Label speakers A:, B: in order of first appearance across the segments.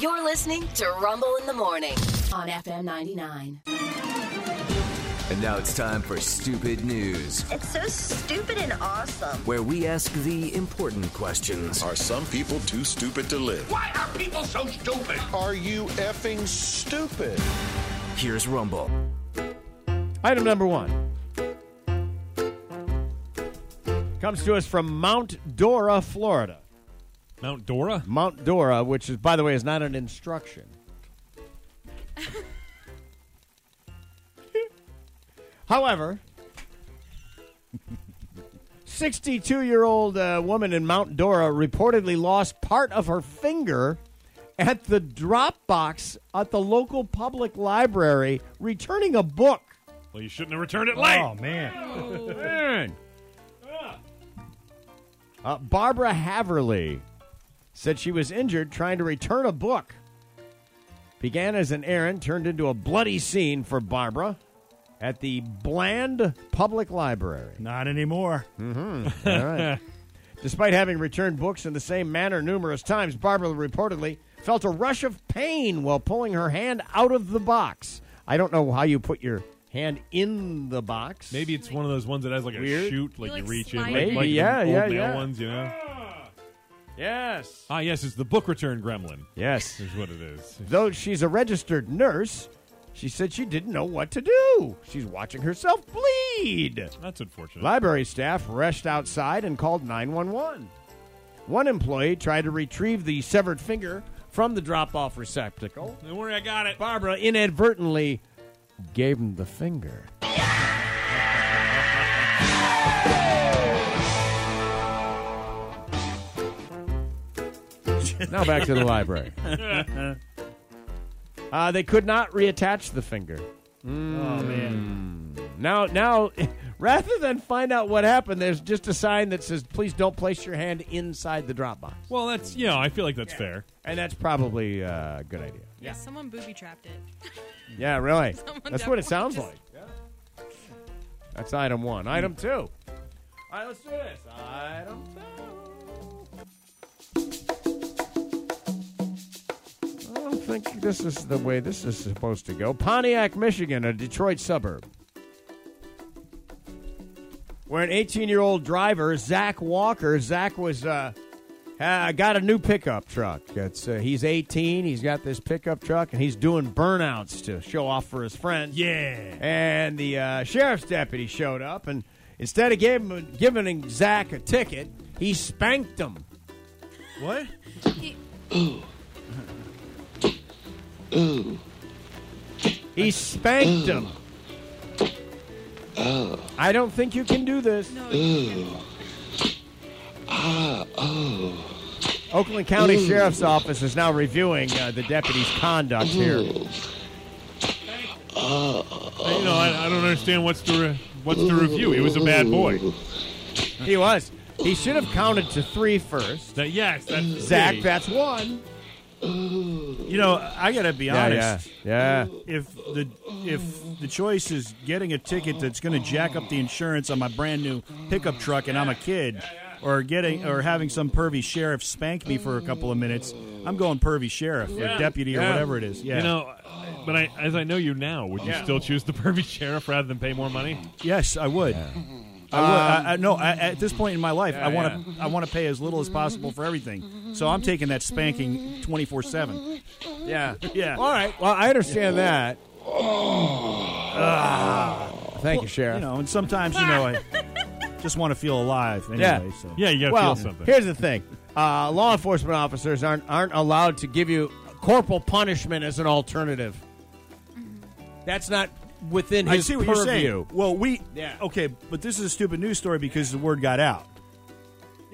A: You're listening to Rumble in the Morning on FM 99.
B: And now it's time for Stupid News,
C: It's so stupid and awesome.
B: where we ask the important questions.
D: Are some people too stupid to live?
E: Why are people so stupid?
D: Are you effing stupid?
B: Here's Rumble.
F: Item number one comes to us from Mount Dora, Florida.
G: Mount Dora?
F: Mount Dora, which is, by the way, is not an instruction. However, 62 year old uh, woman in Mount Dora reportedly lost part of her finger at the drop box at the local public library returning a book.
G: Well, you shouldn't have returned it late.
H: Oh man,
F: Man. Uh, Barbara Haverly said she was injured trying to return a book. Began as an errand, turned into a bloody scene for Barbara at the Bland Public Library. Mm-hmm.
H: not anymore.
F: All right. Despite having returned books in the same manner numerous times, Barbara reportedly felt a rush of pain while pulling her hand out of the box. I don't know how you put your hand in the box.
G: Maybe it's one of those ones that has like a
F: Weird.
G: chute, like
I: You,
G: you,
I: like,
G: reach in,
I: slide
G: like,
I: it.
G: like
F: Maybe,
G: the
F: yeah,
G: old
F: yeah,
G: mail
F: yeah.
G: ones, you know.
F: Yes.
G: Ah, yes, it's the book return gremlin.
F: Yes.
G: Is what it is.
F: Though she's a registered nurse, she said she didn't know what to do. She's watching herself bleed.
G: That's unfortunate.
F: Library staff rushed outside and called 911. One employee tried to retrieve the severed finger from the drop off receptacle.
G: Don't worry, I got it.
F: Barbara inadvertently gave him the finger. now back to the library. Uh, they could not reattach the finger. Hmm.
H: Oh man,
F: Now, now, rather than find out what happened, there's just a sign that says, "Please don't place your hand inside the drop box,"
G: Well, that's, you know, I feel like that's fair.
F: and that's probably uh, a good idea.
I: Yeah, someone booby trapped it.
F: Yeah, really. That's what
I: definitely
F: it sounds
I: just-
F: like. That's item one. Item two. All right, let's do this. Item two. I don't think this is the way this is supposed to go. Pontiac, Michigan, a Detroit suburb. Where an 18 year old driver, Zach Walker, Zach was. Uh, uh, got a new pickup truck. It's, uh, he's 18. He's got this pickup truck, and he's doing burnouts to show off for his friends.
G: Yeah.
F: And the uh, sheriff's deputy showed up, and instead of giving, giving Zach a ticket, he spanked him.
H: what?
F: He spanked him. I don't think you can do this.
I: No, you can't.
F: Oakland County Sheriff's Office is now reviewing uh, the deputy's conduct here.
G: You know, I, I don't understand what's the, re- what's the review. He was a bad boy.
F: He was. He should have counted to three first.
G: That, yes, that's
F: Zach, that's one.
H: You know, I gotta be honest.
F: yeah.
H: If the if the choice is getting a ticket that's going to jack up the insurance on my brand new pickup truck and I'm a kid, or getting or having some pervy sheriff spank me for a couple of minutes, I'm going pervy sheriff or deputy or
G: Yeah.
H: whatever it is. Yeah,
G: You know, but I, as I know you now, would you still choose the pervy sheriff rather than pay more money?
H: yes, I would. I would. I,
G: Um,
H: I, no, I, at this point in my life, I want to. I want to pay as little as possible for everything. So I'm taking that spanking twenty four seven.
F: Yeah.
H: Yeah.
F: All right. Well, I understand that. Ah. Thank you, Sheriff.
H: You know, and sometimes you know I just want to feel alive. Anyway,
F: Yeah.
H: So.
G: Yeah, you got to
F: well,
G: feel something.
F: here's the thing: uh, law enforcement officers aren't aren't allowed to give you corporal punishment as an alternative. That's not within
H: I
F: his
H: see what
F: purview.
H: you're saying. Well, we
F: Yeah.
H: okay, but this is a stupid news story because the word got out.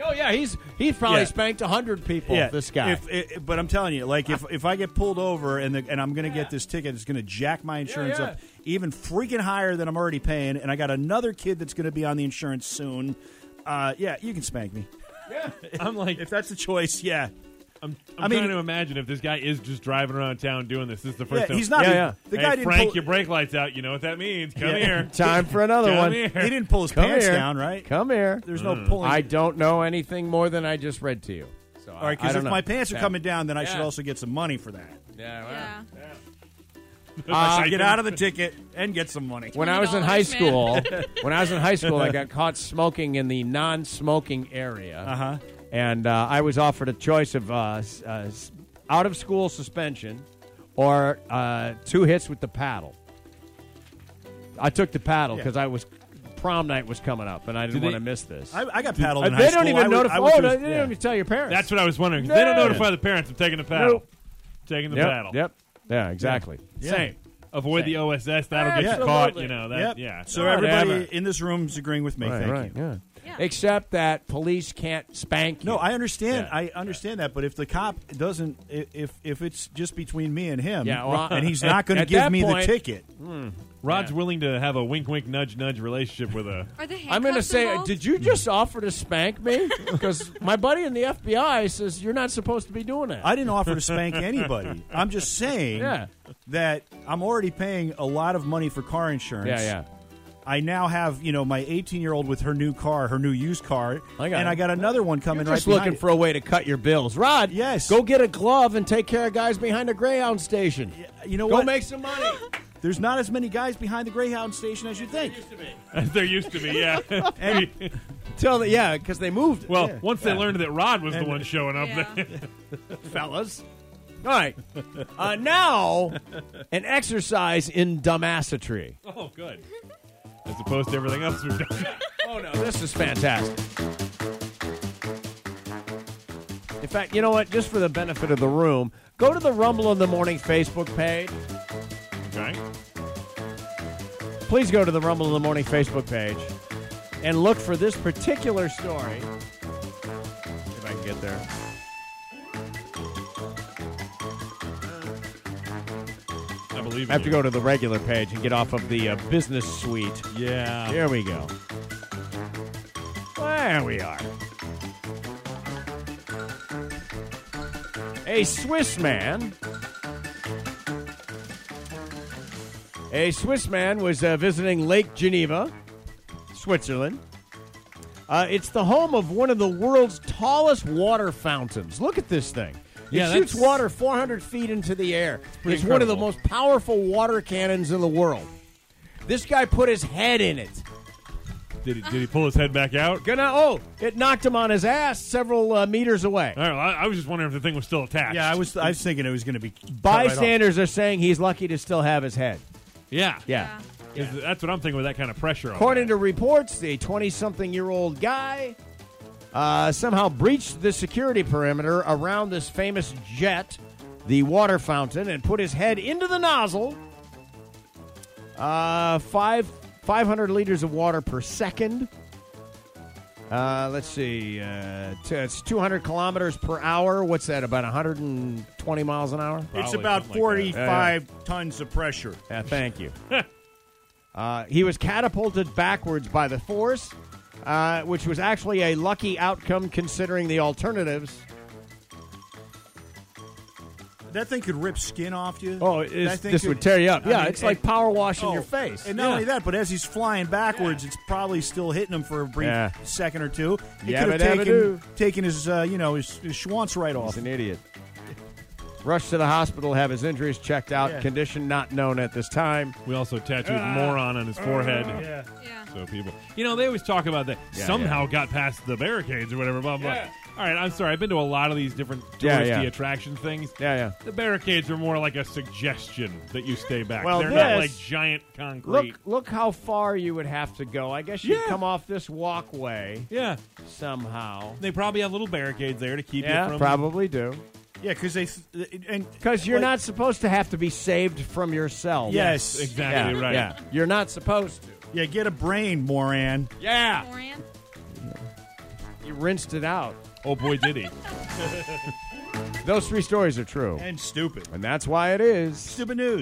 F: Oh yeah, he's he's probably
H: Yeah.
F: spanked hundred people. This guy.
H: If, i but I'm telling you, like if if I get pulled over and the, and I'm going to get this ticket, it's going to jack my insurance
F: yeah.
H: up even freaking higher than I'm already paying, and I got another kid that's going to be on the insurance soon. Uh, yeah, you can spank me
G: I'm like,
H: if that's the choice. Yeah,
G: I'm, I'm
H: I mean-
G: trying to imagine if this guy is just driving around town doing this. This is the first
H: Yeah,
G: time.
H: he's not-
F: Yeah, yeah.
H: the
G: hey,
H: guy didn't
G: Frank,
H: pull-
G: your brake lights out. You know what that means? Come here.
F: Time for another
G: Come
F: one.
G: here.
H: he didn't pull his
F: Come
H: pants
F: here.
H: down, right?
F: Come here. Mm.
H: There's no pulling.
F: I don't know anything more than I just read to you, so
H: All right,
F: I
H: because
F: don't
H: if
F: know.
H: my pants are
J: Yeah.
H: coming down, then I should
J: Yeah.
H: also get some money for that.
J: Yeah, well.
I: Yeah.
H: I should Uh, get out of the ticket and get some money.
F: When I was in
I: $20,
F: high
I: man.
F: school, when I was in high school, I got caught smoking in the non-smoking area, uh-huh. and uh, I was offered a choice of uh, s- uh, s- out-of-school suspension or uh, two hits with the paddle. I took the paddle because I was prom night was coming up, and I didn't
G: Did they-
F: want to miss this.
H: I, I got paddled in
F: they
H: high
F: don't
H: school.
F: even
H: I would-
F: notify.
H: I would
F: oh,
H: just-
F: they don't
H: yeah.
F: even tell your parents.
G: That's what I was wondering. 'cause They don't
F: No.
G: notify the parents. I'm taking the paddle.
F: Nope.
G: Taking the
F: yep,
G: paddle.
F: Yep. Yeah. Exactly.
H: Yeah.
F: Same.
G: Avoid the OSS. That'll get you
F: Absolutely.
G: caught. You know. That,
H: Yep.
G: Yeah.
H: So
F: Whatever.
H: everybody in this room is agreeing with me. Thank you.
F: Yeah.
I: Yeah.
F: Except that police can't spank you.
H: No, Oh, I understand.
F: Yeah.
H: I understand that, but if the cop doesn't, i- if if it's just between me and him,
F: Yeah, well,
H: and he's
F: at-
H: not going to
F: at
H: give
F: that
H: me
F: point-
H: the ticket,
G: Rod's willing to have a wink, wink, nudge, nudge relationship with a.
I: Are the handcuffs
F: I'm going to say,
I: involved?
F: did you just offer to spank me? Because my buddy in the FBI says you're not supposed to be doing that.
H: I didn't offer to spank anybody. I'm just saying
F: Yeah.
H: that I'm already paying a lot of money for car insurance.
F: yeah, yeah.
H: I now have you know my 18 year old with her new car, her new used car,
F: I got
H: and
F: it.
H: I got another one coming
F: You're just
H: right
F: looking
H: behind
F: for a way to cut your bills, Rod.
H: Yes.
F: Go get a glove and take care of guys behind a Greyhound station.
H: it. You know
F: Go
H: what?
F: make some money.
H: There's not as many guys behind the Greyhound station as you think.
G: As there used to be. Yeah.
F: Tell the, yeah, because they moved.
G: well, once they learned that Rod was the
H: And-
G: one showing up,
I: Yeah.
G: there.
F: fellas. All right. Uh, now, an exercise in dumbassetry.
G: oh, good. As opposed to everything else we've done.
F: Oh no, this is fantastic. In fact, you know what? Just for the benefit of the room, go to the Rumble in the Morning Facebook page.
G: Okay.
F: Please go to the Rumble in the Morning Facebook page and look for this particular story. If I can get there.
G: I believe.
F: I have to go to the regular page and get off of the uh, business suite.
G: Yeah.
F: Here we go. There we are. A Swiss man. A Swiss man was uh, visiting Lake Geneva, Switzerland. Uh, it's the home of one of the world's tallest water fountains. Look at this thing. It
G: Yeah,
F: shoots
G: that's-
F: water 400 feet into the air.
G: pretty
F: It's one of the
G: incredible.
F: most powerful water cannons in the world. This guy put his head in it.
G: Did he, did he pull his head back out?
F: Gonna oh, it knocked him on his ass several uh, meters away.
G: All right, well, I, I was just wondering if the thing was still attached.
H: Yeah, I was I was thinking it was going to be cut right off.
F: Bystanders are saying he's lucky to still have his head.
G: Yeah.
F: Yeah.
I: Yeah.
G: 'Cause That's what I'm thinking with that kind of pressure. on
F: According
G: that.
F: to reports, the 20-something-year-old guy uh, somehow breached the security perimeter around this famous jet, the water fountain, and put his head into the nozzle. Uh, five 500 liters of water per second. Uh, let's see. Uh, t- it's 200 kilometers per hour. What's that? About 120 miles an hour?
H: It's
G: Probably
H: about
G: something like
H: 45 tons of pressure.
F: Yeah, thank you. uh, he was catapulted backwards by the force, uh, which was actually a lucky outcome considering the alternatives.
H: That thing could rip skin off you.
F: Oh, it is-
H: That thing
F: this would tear you up. Yeah, it's like power washing
H: oh,
F: your face.
H: And not
F: Yeah.
H: only that, but as he's flying backwards, it's probably still hitting him for a brief
F: Yeah.
H: second or two. It
F: Yabba
H: could
F: dabba
H: have taken,
F: doo.
H: taken his, uh, you know, his, his schwanz right off.
F: He's an idiot. Rushed to the hospital, have his injuries checked out.
H: Yeah.
F: Condition not known at this time.
G: we also tattooed
F: Ah.
G: moron on his
F: Oh,
G: forehead. yeah.
I: Yeah.
G: So people, you know, they always talk about that.
F: Yeah,
G: Somehow got past the barricades or whatever. Blah blah. All right, I'm sorry. I've been to a lot of these different touristy
F: Yeah, yeah.
G: attraction things.
F: Yeah, yeah.
G: The barricades are more like a suggestion that you stay back.
F: Well,
G: They're not
F: this-
G: like giant concrete.
F: Look, look how far you would have to go. I guess you'd
G: Yeah.
F: come off this walkway
G: Yeah,
F: somehow.
G: they probably have little barricades there to keep you
F: Yeah,
G: from.
F: probably do.
H: Yeah, because they. th- and
F: Because you're
H: like-
F: not supposed to have to be saved from yourself.
H: Yes.
G: exactly
F: yeah,
G: right.
F: Yeah. You're not supposed to.
H: Yeah, get a brain, Moran.
F: Yeah.
I: Moran?
F: He rinsed it out.
G: Oh boy, did he!
F: Those three stories are true.
H: And stupid.
F: And that's why it is.
H: Stupid news.